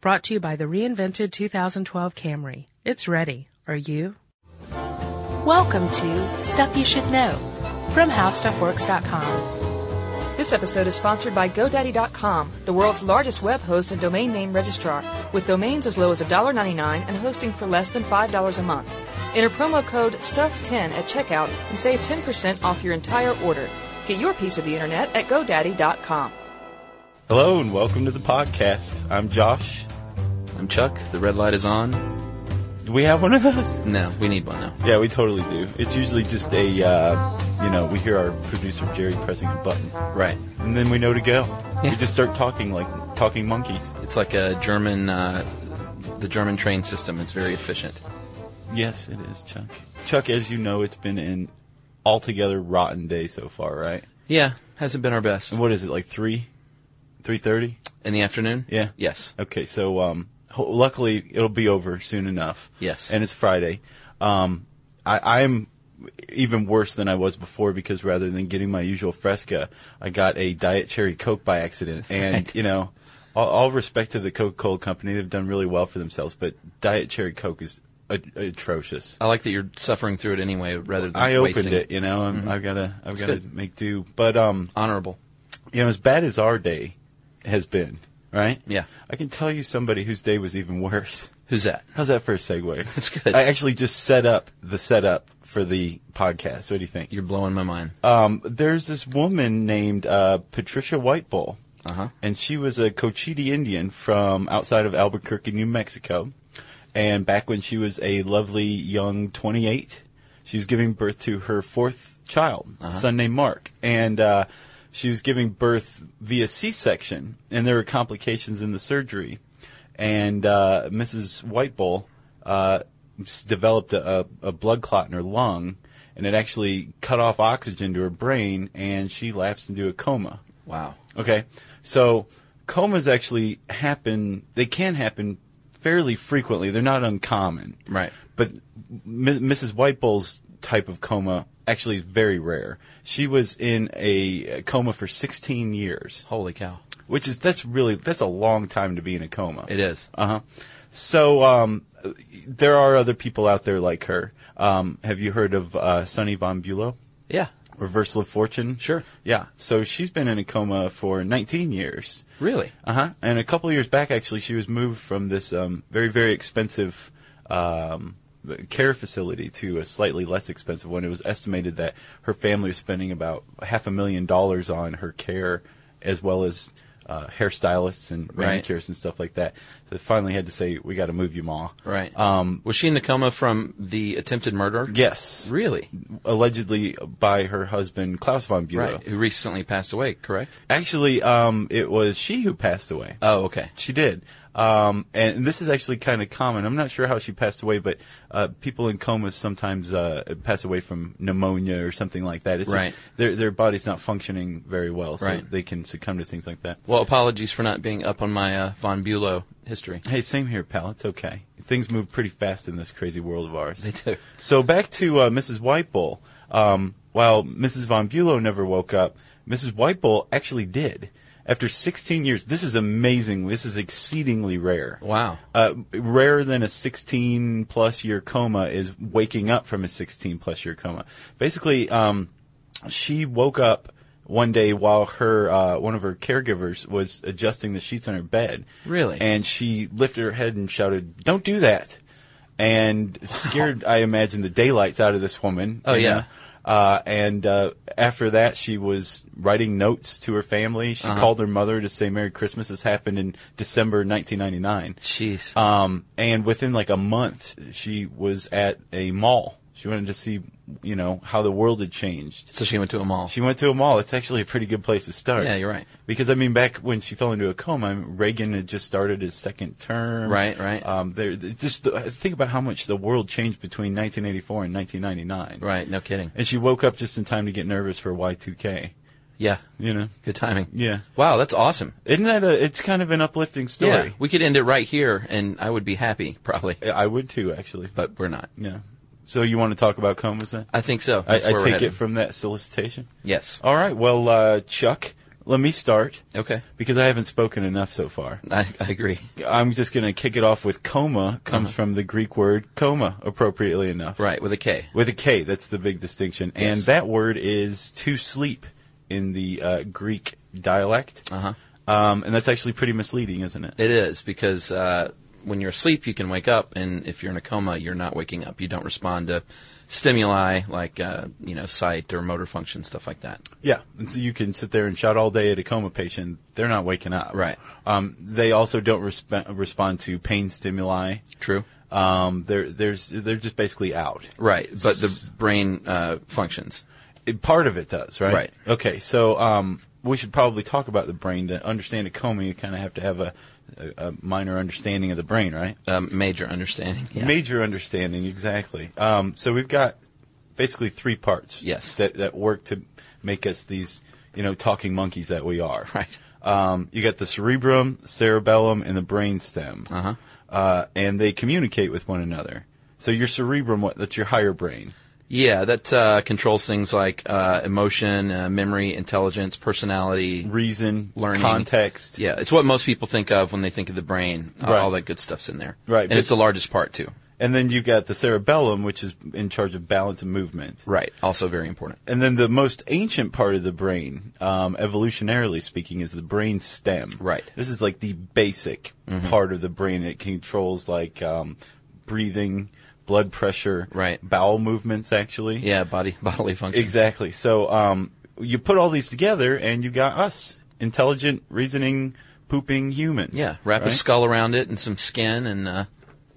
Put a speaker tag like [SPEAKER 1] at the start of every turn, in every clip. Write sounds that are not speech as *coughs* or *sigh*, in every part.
[SPEAKER 1] Brought to you by the reinvented 2012 Camry. It's ready. Are you? Welcome to Stuff You Should Know from HowStuffWorks.com.
[SPEAKER 2] This episode is sponsored by GoDaddy.com, the world's largest web host and domain name registrar, with domains as low as $1.99 and hosting for less than $5 a month. Enter promo code STUFF10 at checkout and save 10% off your entire order. Get your piece of the internet at GoDaddy.com.
[SPEAKER 3] Hello and welcome to the podcast. I'm Josh.
[SPEAKER 4] I'm Chuck. The red light is on.
[SPEAKER 3] Do we have one of those?
[SPEAKER 4] No, we need one now.
[SPEAKER 3] Yeah, we totally do. It's usually just a, uh, you know, we hear our producer Jerry pressing a button,
[SPEAKER 4] Right.
[SPEAKER 3] and then we know to go. We
[SPEAKER 4] Yeah.
[SPEAKER 3] just start talking like talking monkeys.
[SPEAKER 4] It's like a German, uh, the German train system. It's very efficient.
[SPEAKER 3] Yes, it is, Chuck. Chuck, as you know, it's been an altogether rotten day so far, right?
[SPEAKER 4] Yeah, hasn't been our best.
[SPEAKER 3] What is it like three, three thirty?
[SPEAKER 4] In the afternoon?
[SPEAKER 3] Yeah.
[SPEAKER 4] Yes.
[SPEAKER 3] Okay, so um, ho- luckily it'll be over soon enough.
[SPEAKER 4] Yes.
[SPEAKER 3] and it's Friday. Um, I, I'm even worse than I was before because rather than getting my usual Fresca, I got a Diet Cherry Coke by
[SPEAKER 4] *laughs*
[SPEAKER 3] accident, and
[SPEAKER 4] Right.
[SPEAKER 3] you know. All, all respect to the Coca-Cola company; they've done really well for themselves. But Diet Cherry Coke is a- atrocious.
[SPEAKER 4] I like that you're suffering through it anyway, rather than
[SPEAKER 3] I opened
[SPEAKER 4] wasting Mm-hmm.
[SPEAKER 3] it, you know. I'm, I've got to, I've got to
[SPEAKER 4] good.
[SPEAKER 3] make do. But um,
[SPEAKER 4] Honorable.
[SPEAKER 3] you know, as bad as our day has been, right?
[SPEAKER 4] Yeah.
[SPEAKER 3] I can tell you somebody whose day was even *laughs* worse.
[SPEAKER 4] Who's that?
[SPEAKER 3] How's that for a
[SPEAKER 4] *laughs*
[SPEAKER 3] segue?
[SPEAKER 4] That's good.
[SPEAKER 3] I actually just set up the setup for the podcast. What do you think?
[SPEAKER 4] You're blowing my mind.
[SPEAKER 3] Um, there's this woman named uh, Patricia Whitebull,
[SPEAKER 4] Uh-huh.
[SPEAKER 3] and she was a Cochiti Indian from outside of Albuquerque, New Mexico. And back when she was a lovely young 28, she was giving birth to her fourth child, a son named Mark, and uh, she was giving birth via C-section, and there were complications in the surgery. And uh, Mrs. Whitebull uh, s- developed a, a, a blood clot in her lung, and it actually cut off oxygen to her brain, and she lapsed into a coma.
[SPEAKER 4] Wow.
[SPEAKER 3] Okay, so comas actually happen. They can happen fairly frequently. They're not uncommon.
[SPEAKER 4] Right.
[SPEAKER 3] But M- Mrs. Whitebull's type of coma actually is very rare. She was in a coma for 16 years,
[SPEAKER 4] Holy cow.
[SPEAKER 3] which is that's really that's a long time to be in a coma.
[SPEAKER 4] It is.
[SPEAKER 3] Uh huh. So um, there are other people out there like her. Um, have you heard of uh, Sonny Von Bulow?
[SPEAKER 4] Yeah.
[SPEAKER 3] Reversal of Fortune?
[SPEAKER 4] Sure.
[SPEAKER 3] Yeah. So she's been in a coma for 19 years.
[SPEAKER 4] Really?
[SPEAKER 3] Uh huh. And a couple of years back, actually, she was moved from this um, very, very expensive um, care facility to a slightly less expensive one. It was estimated that her family was spending about half a million dollars on her care, as well as uh, hairstylists and
[SPEAKER 4] Right.
[SPEAKER 3] manicures and stuff like that. So they finally had to say, "We got to move you, ma."
[SPEAKER 4] Right.
[SPEAKER 3] Um,
[SPEAKER 4] was she in the coma from the attempted murder?
[SPEAKER 3] yes.
[SPEAKER 4] Really?
[SPEAKER 3] Allegedly by her husband Klaus von Bülow.
[SPEAKER 4] Right. Who recently passed away, correct?
[SPEAKER 3] Actually, um, it was she who passed away.
[SPEAKER 4] Oh, okay.
[SPEAKER 3] She did. Um, and this is actually kind of common. I'm not sure how she passed away, but uh, people in comas sometimes uh, pass away from pneumonia or something like that. It's
[SPEAKER 4] Right.
[SPEAKER 3] just their their body's not functioning very well, so
[SPEAKER 4] Right.
[SPEAKER 3] they can succumb to things like that.
[SPEAKER 4] Well, apologies for not being up on my uh, Von Bulow history.
[SPEAKER 3] Hey, same here, pal. It's okay. Things move pretty fast in this crazy world of ours.
[SPEAKER 4] They do.
[SPEAKER 3] So back to uh, Mrs. Whitebull. Um, while Mrs. Von Bulow never woke up, Mrs. Whitebull actually did. After 16 years, this is amazing. This is exceedingly rare.
[SPEAKER 4] Wow.
[SPEAKER 3] Uh, rarer than a 16 plus year coma is waking up from a 16 plus year coma. Basically, um, she woke up one day while her uh, one of her caregivers was adjusting the sheets on her bed.
[SPEAKER 4] Really?
[SPEAKER 3] And she lifted her head and shouted, "Don't do that!" And scared, I imagine, the daylights out of this woman.
[SPEAKER 4] Oh,
[SPEAKER 3] you
[SPEAKER 4] yeah.
[SPEAKER 3] know? Uh, and uh, after that, she was writing notes to her family. She
[SPEAKER 4] Uh-huh.
[SPEAKER 3] called her mother to say Merry Christmas. This happened in December 1999.
[SPEAKER 4] Jeez.
[SPEAKER 3] Um, and within like a month, she was at a mall. She wanted to see, you know, how the world had changed.
[SPEAKER 4] so she went to a mall.
[SPEAKER 3] She went to a mall. It's actually a pretty good place to start.
[SPEAKER 4] Yeah, you're right.
[SPEAKER 3] Because I mean, back when she fell into a coma, I mean, Reagan had just started his second term.
[SPEAKER 4] Right, right.
[SPEAKER 3] Um, there, th- just the, think about how much the world changed between 1984 and 1999.
[SPEAKER 4] right. No kidding.
[SPEAKER 3] And she woke up just in time to get nervous for Y2K.
[SPEAKER 4] Yeah.
[SPEAKER 3] You know,
[SPEAKER 4] Good timing.
[SPEAKER 3] Yeah.
[SPEAKER 4] Wow, that's awesome.
[SPEAKER 3] isn't that a? It's kind of an uplifting story.
[SPEAKER 4] We could end it right here, and I would be happy, probably.
[SPEAKER 3] I would too, actually.
[SPEAKER 4] But we're not.
[SPEAKER 3] Yeah. So you want to talk about comas then?
[SPEAKER 4] I think
[SPEAKER 3] I,
[SPEAKER 4] so.
[SPEAKER 3] I
[SPEAKER 4] That's where we're
[SPEAKER 3] take Oh.
[SPEAKER 4] headed.
[SPEAKER 3] it from that solicitation.
[SPEAKER 4] Yes.
[SPEAKER 3] All right. Well, uh, Chuck, let me start
[SPEAKER 4] Okay.
[SPEAKER 3] because I haven't spoken enough so far.
[SPEAKER 4] I, I agree.
[SPEAKER 3] I'm just going to kick it off with coma comes from the Greek word coma, appropriately enough.
[SPEAKER 4] Uh-huh. Right, with a K.
[SPEAKER 3] With a K, that's the big distinction. And
[SPEAKER 4] Yes.
[SPEAKER 3] that word is to sleep in the uh, Greek dialect.
[SPEAKER 4] Uh-huh.
[SPEAKER 3] Um, and that's actually pretty misleading, isn't it?
[SPEAKER 4] It is because uh, when you're asleep, you can wake up, and if you're in a coma, you're not waking up. You don't respond to stimuli like uh, you know sight or motor function stuff like that.
[SPEAKER 3] Yeah. And so you can sit there and shout all day at a coma patient. They're not waking up.
[SPEAKER 4] Right.
[SPEAKER 3] Um, they also don't resp- respond to pain stimuli.
[SPEAKER 4] True.
[SPEAKER 3] Um, they're, there's, they're just basically out.
[SPEAKER 4] Right, but the brain uh, functions.
[SPEAKER 3] It- part of it does, right?
[SPEAKER 4] Right.
[SPEAKER 3] Okay, so um, we should probably talk about the brain to understand a coma. You kind of have to have a, a, a minor understanding of the brain, right?
[SPEAKER 4] Um, major understanding. Yeah.
[SPEAKER 3] Major understanding, exactly. Um, so we've got basically three parts.
[SPEAKER 4] Yes.
[SPEAKER 3] That that work to make us these, you know, talking monkeys that we are.
[SPEAKER 4] *laughs* Right.
[SPEAKER 3] Um, you got the cerebrum, cerebellum, and the brainstem.
[SPEAKER 4] Uh-huh.
[SPEAKER 3] Uh, and they communicate with one another. So your cerebrum, what? That's your higher brain.
[SPEAKER 4] Yeah, that uh, controls things like uh, emotion, uh, memory, intelligence, personality,
[SPEAKER 3] Reason,
[SPEAKER 4] learning,
[SPEAKER 3] context.
[SPEAKER 4] Yeah, it's what most people think of when they think of the brain. Uh,
[SPEAKER 3] Right.
[SPEAKER 4] All that good stuff's in there.
[SPEAKER 3] Right,
[SPEAKER 4] and
[SPEAKER 3] but-
[SPEAKER 4] it's the largest part too.
[SPEAKER 3] And then you've got the cerebellum, which is in charge of balance and movement.
[SPEAKER 4] Right. Also very important.
[SPEAKER 3] And then the most ancient part of the brain, um, evolutionarily speaking, is the brain stem.
[SPEAKER 4] Right. Mm-hmm.
[SPEAKER 3] This is like the basic part of the brain. It controls like um, breathing, blood pressure,
[SPEAKER 4] Right.
[SPEAKER 3] bowel movements, actually.
[SPEAKER 4] Yeah, body *laughs* bodily functions.
[SPEAKER 3] Exactly. So um, you put all these together, and you got us intelligent, reasoning, pooping humans.
[SPEAKER 4] Yeah, wrap
[SPEAKER 3] right?
[SPEAKER 4] a skull around it and some skin, and uh,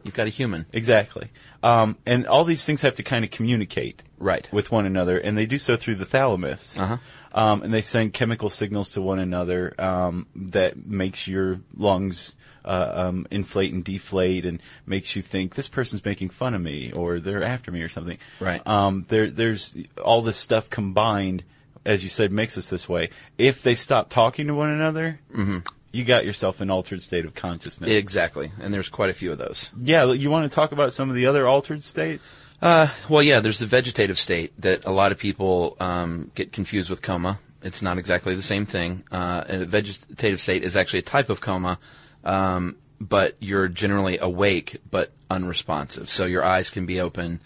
[SPEAKER 4] you've got a human.
[SPEAKER 3] Exactly. Um, and all these things have to kind of communicate
[SPEAKER 4] Right.
[SPEAKER 3] with one another, and they do so through the thalamus.
[SPEAKER 4] Uh-huh.
[SPEAKER 3] Um, and they send chemical signals to one another um, that makes your lungs uh, um, inflate and deflate, and makes you think this person's making fun of me, or they're after me, or something.
[SPEAKER 4] Right.
[SPEAKER 3] Um, there, there's all this stuff combined, as you said, makes us this way. If they stop talking to one another,
[SPEAKER 4] Mm-hmm.
[SPEAKER 3] you got yourself an altered state of consciousness.
[SPEAKER 4] Exactly, and there's quite a few of those.
[SPEAKER 3] Yeah, you want to talk about some of the other altered states?
[SPEAKER 4] Uh, well, yeah, there's the vegetative state that a lot of people um, get confused with coma. It's not exactly the same thing. Uh, and a vegetative state is actually a type of coma, um, but you're generally awake but unresponsive. So your eyes can be open,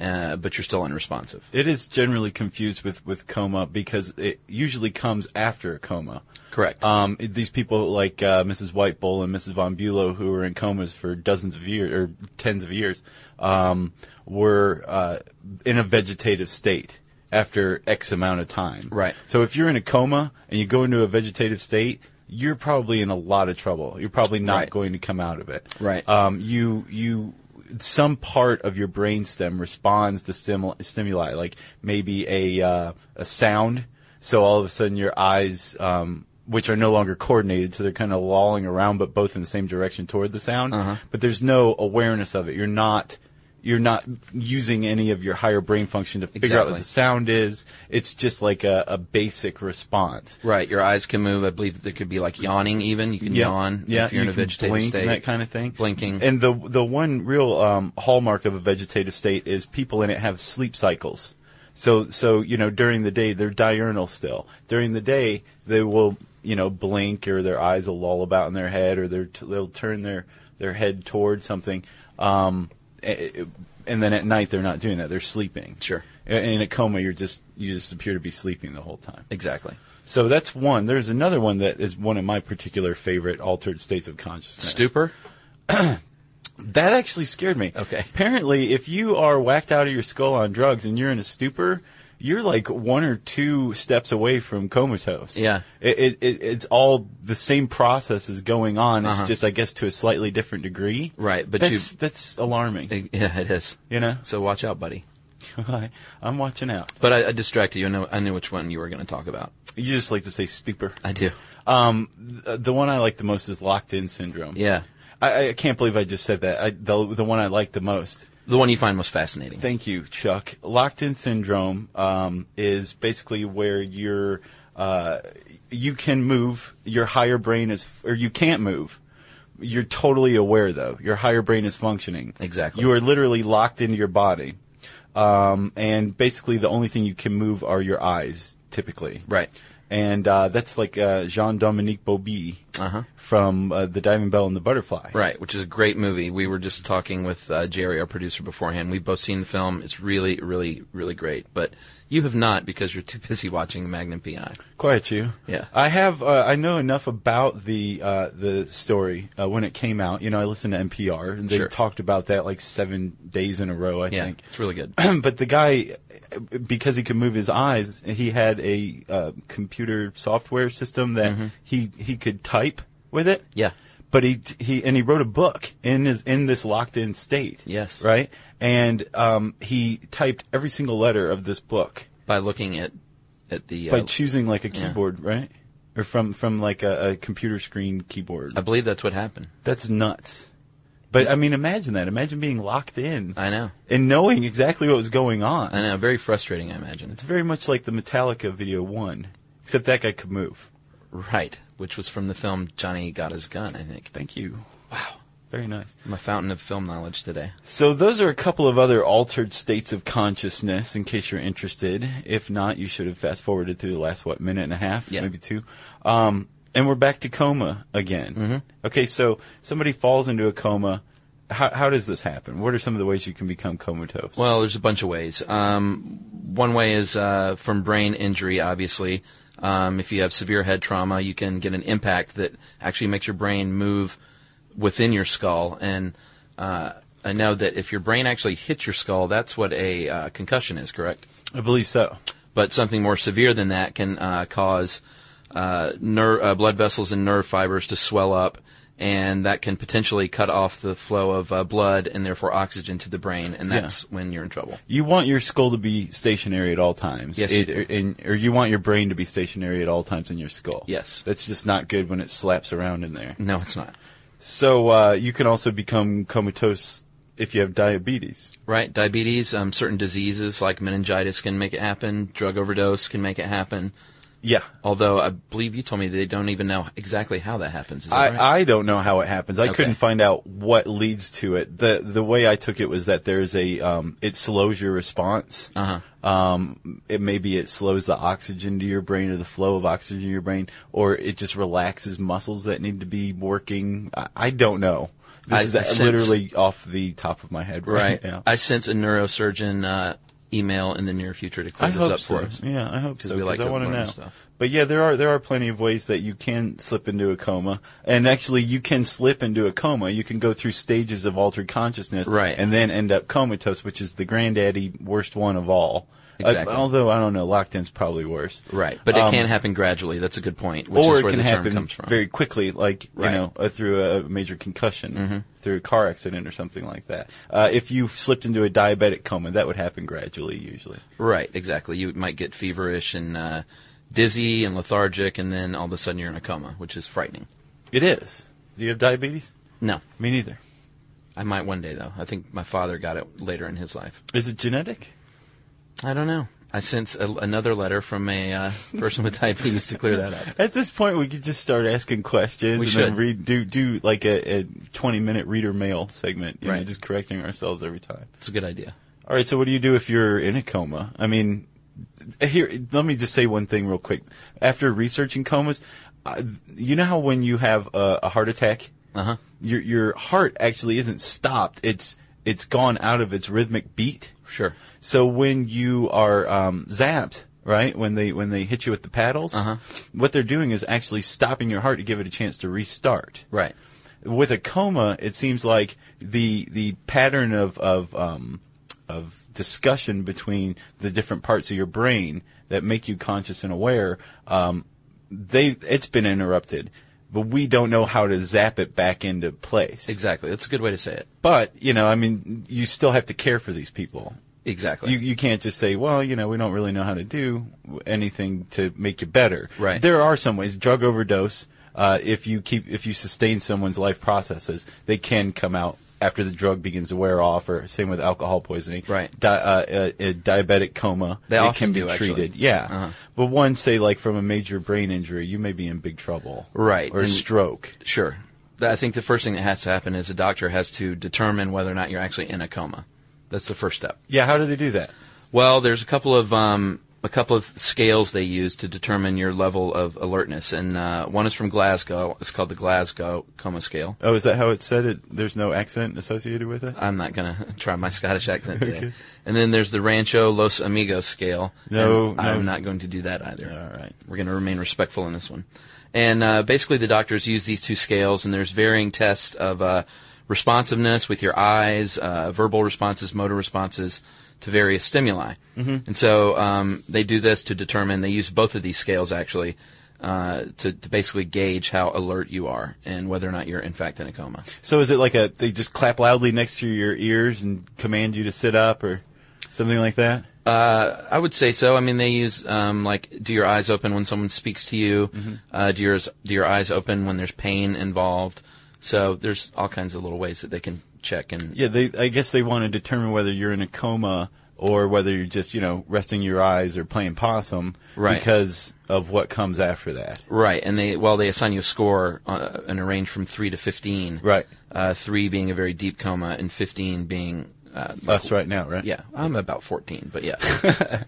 [SPEAKER 4] uh, but you're still unresponsive.
[SPEAKER 3] It is generally confused with, with coma because it usually comes after a coma.
[SPEAKER 4] Correct.
[SPEAKER 3] Um, it- these people like uh, Mrs. White Bull and Mrs. Von Bulow, who were in comas for dozens of years or tens of years, um, were uh, in a vegetative state after X amount of time.
[SPEAKER 4] Right.
[SPEAKER 3] So if you're in a coma and you go into a vegetative state, you're probably in a lot of trouble. You're probably not
[SPEAKER 4] Right.
[SPEAKER 3] going to come out of it.
[SPEAKER 4] Right.
[SPEAKER 3] Um, you you some part of your brainstem responds to stimul- stimuli, like maybe a uh, a sound. So all of a sudden, your eyes, um, which are no longer coordinated, so they're kind of lolling around, but both in the same direction toward the sound.
[SPEAKER 4] Uh-huh.
[SPEAKER 3] But there's no awareness of it. You're not. You're not using any of your higher brain function to figure out what
[SPEAKER 4] Exactly.
[SPEAKER 3] the sound is. It's just like a, a basic response.
[SPEAKER 4] Right, your eyes can move. I believe there could be like yawning, even you can yawn
[SPEAKER 3] Yeah,
[SPEAKER 4] if you're
[SPEAKER 3] you
[SPEAKER 4] in a
[SPEAKER 3] can
[SPEAKER 4] vegetative
[SPEAKER 3] blink
[SPEAKER 4] state.
[SPEAKER 3] and that kind of thing.
[SPEAKER 4] Blinking.
[SPEAKER 3] And the the one real um, hallmark of a vegetative state is people in it have sleep cycles. So so you know during the day they're diurnal still. During the day they will you know blink or their eyes will loll about in their head or they're t- they'll turn their their head toward something. Um, a- a- and then at night they're not doing that; they're sleeping.
[SPEAKER 4] Sure.
[SPEAKER 3] And in a coma, you're just you just appear to be sleeping the whole time.
[SPEAKER 4] Exactly.
[SPEAKER 3] So that's one. There's another one that is one of my particular favorite altered states of consciousness.
[SPEAKER 4] Stupor.
[SPEAKER 3] That actually scared me.
[SPEAKER 4] Okay.
[SPEAKER 3] Apparently, if you are whacked out of your skull on drugs and you're in a stupor, you're like one or two steps away from comatose.
[SPEAKER 4] Yeah.
[SPEAKER 3] It, it, it, it's all the same process is going on. It's
[SPEAKER 4] Uh-huh.
[SPEAKER 3] just, I guess, to a slightly different degree.
[SPEAKER 4] Right, but you-
[SPEAKER 3] that's, that's alarming.
[SPEAKER 4] Yeah, it is.
[SPEAKER 3] you know, *laughs*
[SPEAKER 4] So watch out, buddy.
[SPEAKER 3] I'm watching out.
[SPEAKER 4] But I, I distracted you. I know. I knew which one you were going to talk about.
[SPEAKER 3] You just like to say stupor.
[SPEAKER 4] I do.
[SPEAKER 3] Um, th- the one I like the most is locked in syndrome.
[SPEAKER 4] Yeah,
[SPEAKER 3] I, I can't believe I just said that. I, the, the one I like the most.
[SPEAKER 4] the one you find most fascinating.
[SPEAKER 3] Thank you, Chuck. Locked in syndrome um, is basically where you're, uh, you can move, your higher brain is, or you can't move. You're totally aware, though. Your higher brain is functioning.
[SPEAKER 4] Exactly.
[SPEAKER 3] You are literally locked into your body. Um, and basically, the only thing you can move are your eyes, typically.
[SPEAKER 4] Right.
[SPEAKER 3] and uh, that's like uh, Jean Dominique Bobie
[SPEAKER 4] Uh-huh.
[SPEAKER 3] from uh, The Diving Bell and the Butterfly.
[SPEAKER 4] Right, which is a great movie. We were just talking with uh, Jerry, our producer, beforehand. We've both seen the film. It's really, really, really great. But you have not because you're *laughs* too busy watching Magnum PI.
[SPEAKER 3] Quiet you.
[SPEAKER 4] Yeah.
[SPEAKER 3] I have. Uh, I know enough about the uh, the story uh, when it came out. You know, I listened to NPR and they
[SPEAKER 4] Sure.
[SPEAKER 3] talked about that like seven days in a row. I
[SPEAKER 4] Yeah,
[SPEAKER 3] think. *clears throat*
[SPEAKER 4] it's really
[SPEAKER 3] *coughs*
[SPEAKER 4] good.
[SPEAKER 3] but the guy, because he could move his eyes, he had a uh, computer software system that he he could type with it.
[SPEAKER 4] Mm-hmm. Yeah.
[SPEAKER 3] But he he and he wrote a book in his in this locked in state.
[SPEAKER 4] Yes.
[SPEAKER 3] Right. And um, he typed every single letter of this book
[SPEAKER 4] By looking at at the,
[SPEAKER 3] by
[SPEAKER 4] uh,
[SPEAKER 3] choosing like a keyboard, right? Or from from like a, a computer screen keyboard.
[SPEAKER 4] I believe that's what happened.
[SPEAKER 3] That's nuts. But I mean, imagine that. Imagine being locked in
[SPEAKER 4] I know,
[SPEAKER 3] and knowing exactly what was going on.
[SPEAKER 4] I know. Very frustrating, I imagine.
[SPEAKER 3] It's very much like the Metallica video one, except that guy could move.
[SPEAKER 4] Right, which was from the film Johnny Got His Gun, I think.
[SPEAKER 3] Thank you. Wow. Very nice.
[SPEAKER 4] I'm a fountain of film knowledge today.
[SPEAKER 3] So those are a couple of other altered states of consciousness in case you're interested. If not, you should have fast forwarded through the last, what, minute and a half,
[SPEAKER 4] Yeah.
[SPEAKER 3] maybe two. Um, and we're back to coma again.
[SPEAKER 4] Mm-hmm.
[SPEAKER 3] Okay. So somebody falls into a coma. How, how does this happen? What are some of the ways you can become comatose?
[SPEAKER 4] Well, there's a bunch of ways. Um, one way is uh, from brain injury, obviously. Um, if you have severe head trauma, you can get an impact that actually makes your brain move within your skull. And uh, I know that if your brain actually hits your skull, that's what a uh, concussion is, correct?
[SPEAKER 3] I believe so.
[SPEAKER 4] But something more severe than that can uh, cause uh, ner- uh, blood vessels and nerve fibers to swell up. And that can potentially cut off the flow of uh, blood and therefore oxygen to the brain, and
[SPEAKER 3] Yeah.
[SPEAKER 4] that's when you're in trouble.
[SPEAKER 3] You want your skull to be stationary at all times.
[SPEAKER 4] Yes,
[SPEAKER 3] It-
[SPEAKER 4] you do.
[SPEAKER 3] and, or you want your brain to be stationary at all times in your skull.
[SPEAKER 4] Yes.
[SPEAKER 3] That's just not good when it slaps around in there.
[SPEAKER 4] No, it's not.
[SPEAKER 3] So uh, you can also become comatose if you have diabetes.
[SPEAKER 4] Right? Diabetes, um, certain diseases like meningitis can make it happen. Drug overdose can make it happen.
[SPEAKER 3] Yeah.
[SPEAKER 4] Although I believe you told me they don't even know exactly how that happens. Is that
[SPEAKER 3] I,
[SPEAKER 4] right?
[SPEAKER 3] I don't know how it happens. I
[SPEAKER 4] Okay.
[SPEAKER 3] couldn't find out what leads to it. The the way I took it was that there's a um, it slows your response.
[SPEAKER 4] Uh-huh.
[SPEAKER 3] Um, it maybe it slows the oxygen to your brain or the flow of oxygen to your brain, or it just relaxes muscles that need to be working. I, I don't know. This
[SPEAKER 4] I-
[SPEAKER 3] is
[SPEAKER 4] I sense-
[SPEAKER 3] literally off the top of my head right, *laughs*
[SPEAKER 4] right.
[SPEAKER 3] now.
[SPEAKER 4] I sense a neurosurgeon uh, email in the near future to clear
[SPEAKER 3] I
[SPEAKER 4] this
[SPEAKER 3] hope
[SPEAKER 4] up
[SPEAKER 3] so.
[SPEAKER 4] for us.
[SPEAKER 3] Yeah, I hope so.
[SPEAKER 4] 'Cause we like
[SPEAKER 3] I
[SPEAKER 4] to
[SPEAKER 3] wanna
[SPEAKER 4] learn
[SPEAKER 3] know.
[SPEAKER 4] stuff.
[SPEAKER 3] But yeah, there are there are plenty of ways that you can slip into a coma, and actually you can slip into a coma. You can go through stages of altered consciousness,
[SPEAKER 4] Right.
[SPEAKER 3] and then end up comatose, which is the granddaddy worst one of all. Uh,
[SPEAKER 4] Exactly.
[SPEAKER 3] although I don't know, locked in's probably worse.
[SPEAKER 4] Right. But it
[SPEAKER 3] Um,
[SPEAKER 4] can happen gradually. That's a good point, which
[SPEAKER 3] Or
[SPEAKER 4] is
[SPEAKER 3] it
[SPEAKER 4] where
[SPEAKER 3] can
[SPEAKER 4] the term
[SPEAKER 3] happen
[SPEAKER 4] comes from.
[SPEAKER 3] very quickly, like
[SPEAKER 4] Right. Mm-hmm.
[SPEAKER 3] you know, uh, through a major concussion, through a car accident, or something like that. Uh, if you slipped into a diabetic coma, that would happen gradually, usually.
[SPEAKER 4] right, exactly. You might get feverish and uh, dizzy and lethargic, and then all of a sudden you're in a coma, which is frightening.
[SPEAKER 3] It is. Do you have diabetes?
[SPEAKER 4] No.
[SPEAKER 3] Me neither.
[SPEAKER 4] I might one day though. I think my father got it later in his life.
[SPEAKER 3] Is it genetic?
[SPEAKER 4] I don't know. I sense a, another letter from a uh, person with diabetes to clear that up.
[SPEAKER 3] At this point, we could just start asking questions
[SPEAKER 4] We
[SPEAKER 3] and then
[SPEAKER 4] should.
[SPEAKER 3] read, do do like a, a twenty minute reader mail segment, you know,
[SPEAKER 4] Right.
[SPEAKER 3] just correcting ourselves every time.
[SPEAKER 4] It's a good idea.
[SPEAKER 3] All right, so what do you do if you're in a coma? I mean, here, let me just say one thing real quick. After researching comas, uh, you know how when you have a, a heart attack,
[SPEAKER 4] Uh-huh.
[SPEAKER 3] your your heart actually isn't stopped; it's it's gone out of its rhythmic beat.
[SPEAKER 4] Sure.
[SPEAKER 3] So when you are um, zapped, right? When they when they hit you with the paddles,
[SPEAKER 4] Uh-huh.
[SPEAKER 3] what they're doing is actually stopping your heart to give it a chance to restart.
[SPEAKER 4] Right.
[SPEAKER 3] With a coma, it seems like the the pattern of of um, of discussion between the different parts of your brain that make you conscious and aware, um, they it's been interrupted. But we don't know how to zap it back into place.
[SPEAKER 4] Exactly. That's a good way to say it.
[SPEAKER 3] But, you know, I mean, you still have to care for these people.
[SPEAKER 4] Exactly.
[SPEAKER 3] You, you can't just say, well, you know, we don't really know how to do anything to make you better.
[SPEAKER 4] Right.
[SPEAKER 3] There are some ways. Drug overdose. Uh, if you keep, if you sustain someone's life processes, they can come out after the drug begins to wear off. Or same with alcohol poisoning.
[SPEAKER 4] Right.
[SPEAKER 3] Di- uh, a, a diabetic coma.
[SPEAKER 4] They
[SPEAKER 3] it
[SPEAKER 4] often
[SPEAKER 3] can be
[SPEAKER 4] do, actually.
[SPEAKER 3] treated. Yeah.
[SPEAKER 4] Uh-huh.
[SPEAKER 3] But one, say like from a major brain injury, you may be in big trouble.
[SPEAKER 4] Right.
[SPEAKER 3] Or
[SPEAKER 4] And-
[SPEAKER 3] stroke.
[SPEAKER 4] sure. Th- I think the first thing that has to happen is a doctor has to determine whether or not you're actually in a coma. That's the first step.
[SPEAKER 3] Yeah. How do they do that?
[SPEAKER 4] Well, there's a couple of um, a couple of scales they use to determine your level of alertness, and uh, one is from Glasgow. It's called the Glasgow Coma Scale.
[SPEAKER 3] Oh, is that how it said it? There's no accent associated with it?
[SPEAKER 4] I'm not gonna *laughs* try my Scottish accent today. And then there's the Rancho Los Amigos scale.
[SPEAKER 3] No,
[SPEAKER 4] and
[SPEAKER 3] no.
[SPEAKER 4] I'm not going to do that either.
[SPEAKER 3] All right.
[SPEAKER 4] We're going to remain respectful in this one. And uh, basically, the doctors use these two scales, and there's varying tests of uh, responsiveness with your eyes, uh, verbal responses, motor responses to various stimuli.
[SPEAKER 3] Mm-hmm.
[SPEAKER 4] And so um, they do this to determine. They use both of these scales actually uh, to, to basically gauge how alert you are and whether or not you're in fact in a coma.
[SPEAKER 3] So is it like a they just clap loudly next to your ears and command you to sit up or something like that?
[SPEAKER 4] I would say so. I mean, they use um, like, do your eyes open when someone speaks to you?
[SPEAKER 3] Mm-hmm.
[SPEAKER 4] Uh, do your do your eyes open when there's pain involved? So there's all kinds of little ways that they can check and
[SPEAKER 3] Yeah, they I guess they want to determine whether you're in a coma or whether you're just, you know, resting your eyes or playing possum
[SPEAKER 4] Right.
[SPEAKER 3] because of what comes after that.
[SPEAKER 4] right. And they well, they assign you a score uh, in a range from three to fifteen.
[SPEAKER 3] Right.
[SPEAKER 4] Uh, three being a very deep coma, and fifteen being uh,
[SPEAKER 3] Us right now, right?
[SPEAKER 4] yeah. I'm about fourteen, but
[SPEAKER 3] *laughs*
[SPEAKER 4] yeah.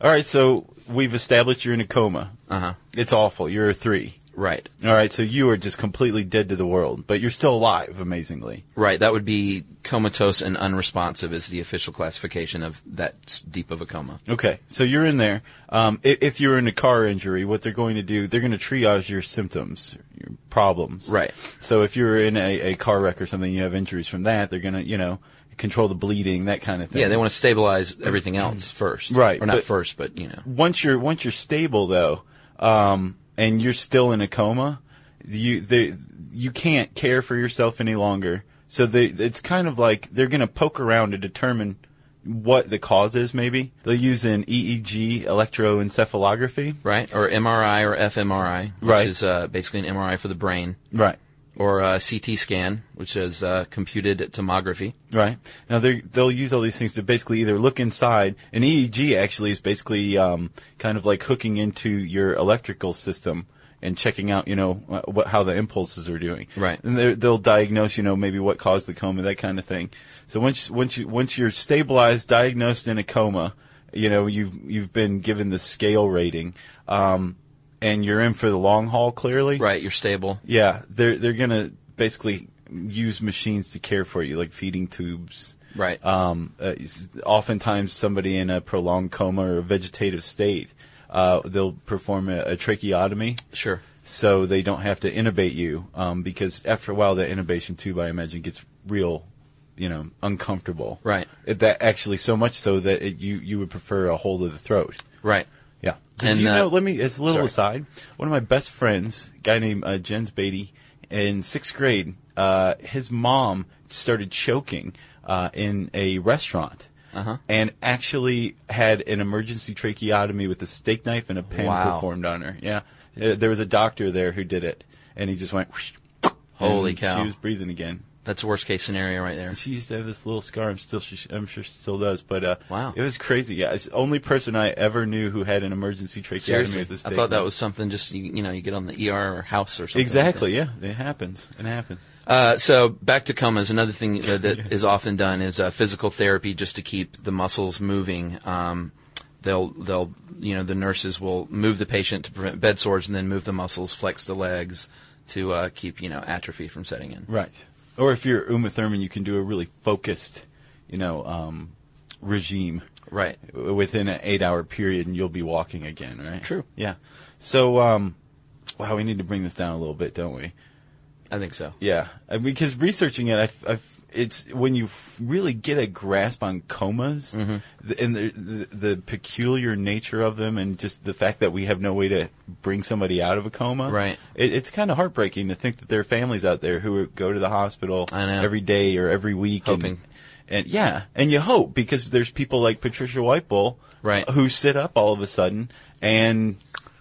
[SPEAKER 3] All right, so we've established you're in a coma.
[SPEAKER 4] Uh-huh.
[SPEAKER 3] It's awful. You're a 3.
[SPEAKER 4] right.
[SPEAKER 3] All right, so you are just completely dead to the world, but you're still alive amazingly.
[SPEAKER 4] Right. That would be comatose and unresponsive is the official classification of that s- deep of a coma.
[SPEAKER 3] Okay, so you're in there. Um, if, if you're in a car injury, what they're going to do, they're going to triage your symptoms, your problems.
[SPEAKER 4] Right.
[SPEAKER 3] So if you're in a, a car wreck or something, you have injuries from that, they're going to, you know, control the bleeding, that kind of thing.
[SPEAKER 4] Yeah, they want to stabilize everything else first.
[SPEAKER 3] Right,
[SPEAKER 4] Or not
[SPEAKER 3] but-
[SPEAKER 4] first, but you know.
[SPEAKER 3] once you're once you're stable though, um, and you're still in a coma, you they, you can't care for yourself any longer. So they, it's kind of like they're going to poke around to determine what the cause is. Maybe they'll use an EEG electroencephalography.
[SPEAKER 4] Right? Or MRI or fMRI, which
[SPEAKER 3] Right.
[SPEAKER 4] is uh, basically an MRI for the brain.
[SPEAKER 3] Right.
[SPEAKER 4] Or uh, CT scan, which is uh, computed tomography.
[SPEAKER 3] Right. Now they they'll use all these things to basically either look inside. An EEG actually is basically um, kind of like hooking into your electrical system and checking out, you know, wh- what how the impulses are doing.
[SPEAKER 4] Right.
[SPEAKER 3] And they're- they'll diagnose, you know, maybe what caused the coma, that kind of thing. So once once you once you're stabilized, diagnosed in a coma, you know, you've you've been given the scale rating, um, and you're in for the long haul. Clearly.
[SPEAKER 4] Right, you're stable.
[SPEAKER 3] Yeah, they're they're gonna basically use machines to care for you, like feeding tubes.
[SPEAKER 4] Right.
[SPEAKER 3] Um, uh, s- oftentimes, somebody in a prolonged coma or vegetative state, uh, they'll perform a, a tracheotomy,
[SPEAKER 4] Sure.
[SPEAKER 3] so they don't have to intubate you. Um, because after a while, that intubation tube, I imagine, gets real, you know, uncomfortable.
[SPEAKER 4] Right.
[SPEAKER 3] It, that actually so much so that it, you you would prefer a hold of the throat.
[SPEAKER 4] Right.
[SPEAKER 3] Yeah. Did
[SPEAKER 4] And,
[SPEAKER 3] you
[SPEAKER 4] uh,
[SPEAKER 3] know? Let me. As a little
[SPEAKER 4] sorry.
[SPEAKER 3] aside, one of my best friends, a guy named uh, Jens Beatty, in sixth grade, uh, his mom started choking uh, in a restaurant,
[SPEAKER 4] Uh-huh.
[SPEAKER 3] and actually had an emergency tracheotomy with a steak knife and a pen
[SPEAKER 4] Wow.
[SPEAKER 3] performed on her. Yeah, Uh, there was a doctor there who did it, and he just went. Whoosh,
[SPEAKER 4] Holy
[SPEAKER 3] and
[SPEAKER 4] cow.
[SPEAKER 3] She was breathing again.
[SPEAKER 4] That's a worst case scenario right there.
[SPEAKER 3] She used to have this little scar. I'm still, she, I'm sure she still does. But uh,
[SPEAKER 4] Wow.
[SPEAKER 3] it was crazy. Yeah, it's the only person I ever knew who had an emergency tracheotomy
[SPEAKER 4] Seriously.
[SPEAKER 3] with this.
[SPEAKER 4] I thought that was something just, you, you know, you get on the ER or house or something. like that.
[SPEAKER 3] exactly. yeah, it happens. It happens.
[SPEAKER 4] Uh, so back to comas. Another thing that,
[SPEAKER 3] *laughs*
[SPEAKER 4] that is often done is uh, physical therapy, just to keep the muscles moving. Um, they'll they'll you know the nurses will move the patient to prevent bed sores, and then move the muscles, flex the legs to uh, keep you know atrophy from setting in.
[SPEAKER 3] Right. Or if you're Uma Thurman, you can do a really focused, you know, um, regime
[SPEAKER 4] Right.
[SPEAKER 3] w- within an eight-hour period, and you'll be walking again. Right.
[SPEAKER 4] True.
[SPEAKER 3] Yeah. So, um, wow, we need to bring this down a little bit, don't we?
[SPEAKER 4] I think so.
[SPEAKER 3] Yeah, I mean, because researching it, I've, I've, it's when you f- really get a grasp on comas
[SPEAKER 4] Mm-hmm.
[SPEAKER 3] th- and the, the the peculiar nature of them, and just the fact that we have no way to bring somebody out of a coma.
[SPEAKER 4] Right.
[SPEAKER 3] It, it's kind of heartbreaking to think that there are families out there who go to the hospital
[SPEAKER 4] I know.
[SPEAKER 3] every day or every week,
[SPEAKER 4] Hoping.
[SPEAKER 3] And, and yeah, and you hope because there's people like Patricia Whitebull,
[SPEAKER 4] Right.
[SPEAKER 3] who sit up all of a sudden and.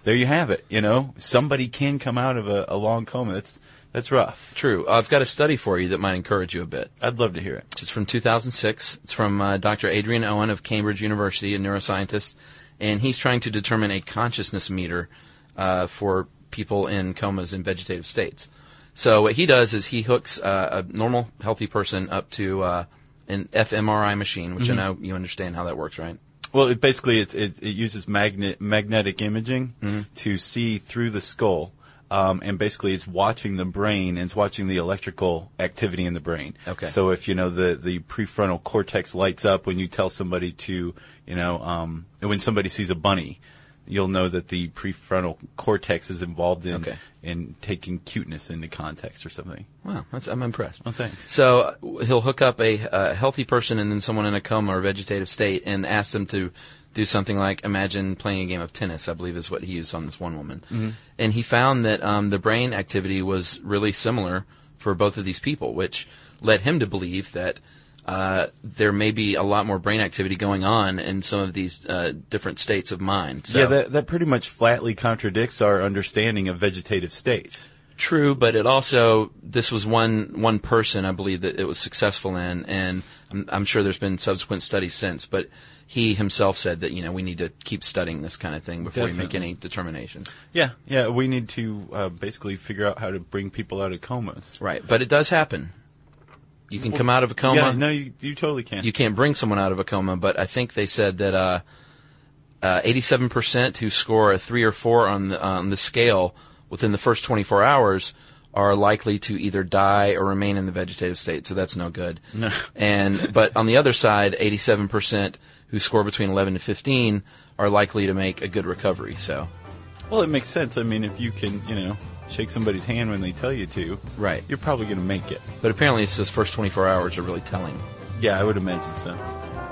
[SPEAKER 3] There you have it. You know, somebody can come out of a, a long coma. That's that's rough.
[SPEAKER 4] True. I've got a study for you that might encourage you a bit.
[SPEAKER 3] I'd love to hear it.
[SPEAKER 4] It's from 2006. It's from uh, Dr. Adrian Owen of Cambridge University, a neuroscientist, and he's trying to determine a consciousness meter uh, for people in comas and vegetative states. So what he does is he hooks uh, a normal, healthy person up to uh, an fMRI machine, which I know you understand how that works, right?
[SPEAKER 3] Well, it basically it, it, it uses magnet magnetic imaging to see through the skull, um, and basically it's watching the brain and it's watching the electrical activity in the brain.
[SPEAKER 4] Okay.
[SPEAKER 3] So if you know the the prefrontal cortex lights up when you tell somebody to, you know, um, when somebody sees a bunny, you'll know that the prefrontal cortex is involved in
[SPEAKER 4] Okay.
[SPEAKER 3] in taking cuteness into context or something.
[SPEAKER 4] Wow, that's, I'm impressed.
[SPEAKER 3] Oh, thanks.
[SPEAKER 4] So uh, w- he'll hook up a, uh healthy person and then someone in a coma or vegetative state and ask them to do something like imagine playing a game of tennis. I believe is what he used on this one woman,
[SPEAKER 3] Mm-hmm.
[SPEAKER 4] and he found that um, the brain activity was really similar for both of these people, which led him to believe that uh, there may be a lot more brain activity going on in some of these uh, different states of mind. So,
[SPEAKER 3] Yeah, that that pretty much flatly contradicts our understanding of vegetative states.
[SPEAKER 4] True, but it also this was one one person I believe that it was successful in, and I'm, I'm sure there's been subsequent studies since. But he himself said that you know we need to keep studying this kind of thing before we make
[SPEAKER 3] Definitely.
[SPEAKER 4] any determinations.
[SPEAKER 3] Yeah, yeah. We need to uh, basically figure out how to bring people out of comas.
[SPEAKER 4] Right, but it does happen. You can come out of a coma.
[SPEAKER 3] Yeah, no, you, you totally can.
[SPEAKER 4] you can't bring someone out of a coma, but I think they said that uh, uh, 87% who score a three or four on the, on the scale within the first 24 hours are likely to either die or remain in the vegetative state. So that's no good.
[SPEAKER 3] No.
[SPEAKER 4] *laughs* And but on the other side, 87% who score between 11 to 15 are likely to make a good recovery. So
[SPEAKER 3] well, it makes sense. I mean, if you can, you know, shake somebody's hand when they tell you to,
[SPEAKER 4] Right.
[SPEAKER 3] You're probably going to make it.
[SPEAKER 4] but apparently it's those first 24 hours are really telling.
[SPEAKER 3] Yeah, I would imagine so.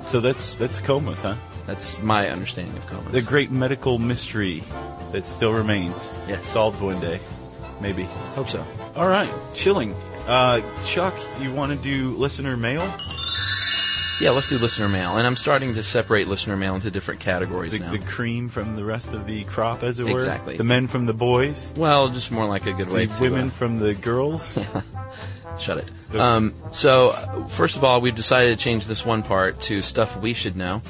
[SPEAKER 3] So that's that's comas, huh?
[SPEAKER 4] That's my understanding of comas.
[SPEAKER 3] The great medical mystery that still remains.
[SPEAKER 4] Yes.
[SPEAKER 3] solved one day, maybe.
[SPEAKER 4] Hope so.
[SPEAKER 3] All right, chilling. Uh, Chuck, you want to do listener mail?
[SPEAKER 4] Yeah, let's do listener mail. And I'm starting to separate listener mail into different categories
[SPEAKER 3] The,
[SPEAKER 4] now.
[SPEAKER 3] the cream from the rest of the crop, as it were.
[SPEAKER 4] Exactly.
[SPEAKER 3] The men from the boys.
[SPEAKER 4] Well, just more like uh, a good way
[SPEAKER 3] the
[SPEAKER 4] to
[SPEAKER 3] women from the
[SPEAKER 4] *laughs*
[SPEAKER 3] girls.
[SPEAKER 4] uh, shut it. Um, so, uh, first of all, we've decided to change this one part to stuff we should know.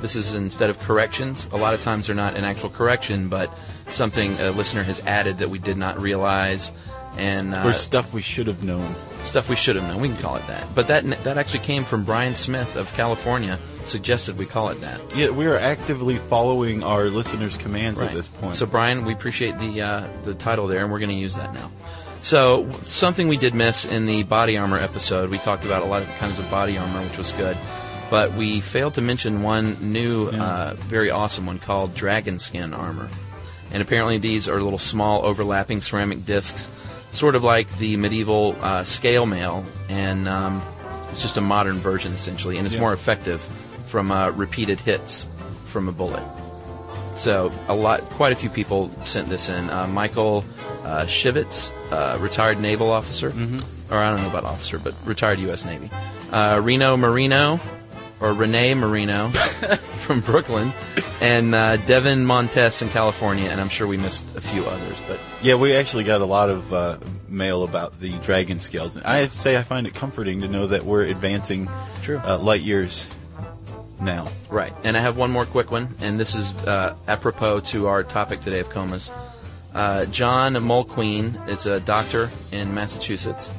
[SPEAKER 4] This is instead of corrections. A lot of times they're not an actual correction, but something a listener has added that we did not realize, and uh,
[SPEAKER 3] or stuff we should have known.
[SPEAKER 4] stuff we should have known. We can call it that. But that that actually came from Brian Smith of California. Suggested we call it that.
[SPEAKER 3] Yeah, we are actively following our listeners' commands at
[SPEAKER 4] Right.
[SPEAKER 3] this point.
[SPEAKER 4] So, Brian, we appreciate the uh, the title there, and we're going to use that now. So, w- something we did miss in the body armor episode, we talked about a lot of kinds of body armor, which was good, but we failed to mention one new, uh, very awesome one called dragon skin armor. And apparently, these are little small overlapping ceramic discs, sort of like the medieval uh, scale mail, and um, it's just a modern version essentially, and it's
[SPEAKER 3] Yeah.
[SPEAKER 4] more effective from uh, repeated hits from a bullet. So a lot, quite a few people sent this in. Uh, Michael uh, Shivitz, uh, retired naval officer, or I don't know about officer, but retired U.S. Navy. Uh, Reno Marino, or Renee Marino, *laughs* from Brooklyn, and uh, Devin Montes in California, and I'm sure we missed a few others, but
[SPEAKER 3] yeah, we actually got a lot of uh, mail about the dragon scales. And I have to say, I find it comforting to know that we're advancing
[SPEAKER 4] True.
[SPEAKER 3] Uh, light years now.
[SPEAKER 4] Right. And I have one more quick one, and this is uh, apropos to our topic today of comas. Uh, John Mulqueen is a doctor in Massachusetts.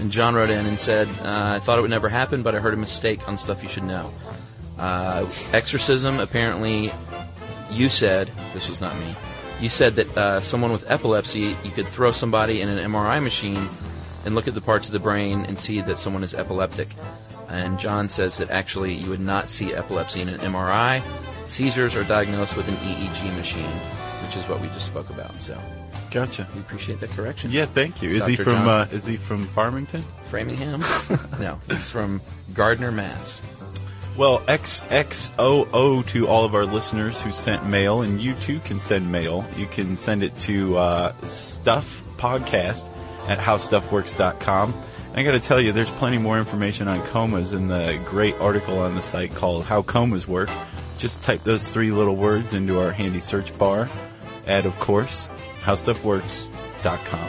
[SPEAKER 4] And John wrote in and said, uh, I thought it would never happen, but I heard a mistake on stuff you should know. Uh, exorcism, apparently, you said, this was not me, you said that uh, someone with epilepsy, you could throw somebody in an MRI machine and look at the parts of the brain and see that someone is epileptic. And John says that actually you would not see epilepsy in an MRI. Seizures are diagnosed with an EEG machine, which is what we just spoke about. So
[SPEAKER 3] Gotcha.
[SPEAKER 4] we appreciate that correction.
[SPEAKER 3] Yeah, thank you. Is he
[SPEAKER 4] Dr.
[SPEAKER 3] from
[SPEAKER 4] John.
[SPEAKER 3] uh, Is he from Farmington?
[SPEAKER 4] Framingham? *laughs* no, it's from Gardner, Mass.
[SPEAKER 3] Well, XXOO to all of our listeners who sent mail, and you too can send mail. You can send it to uh, stuffpodcast at howstuffworks.com. And I got to tell you, there's plenty more information on comas in the great article on the site called How Comas Work. Just type those three little words into our handy search bar at, of course, howstuffworks.com.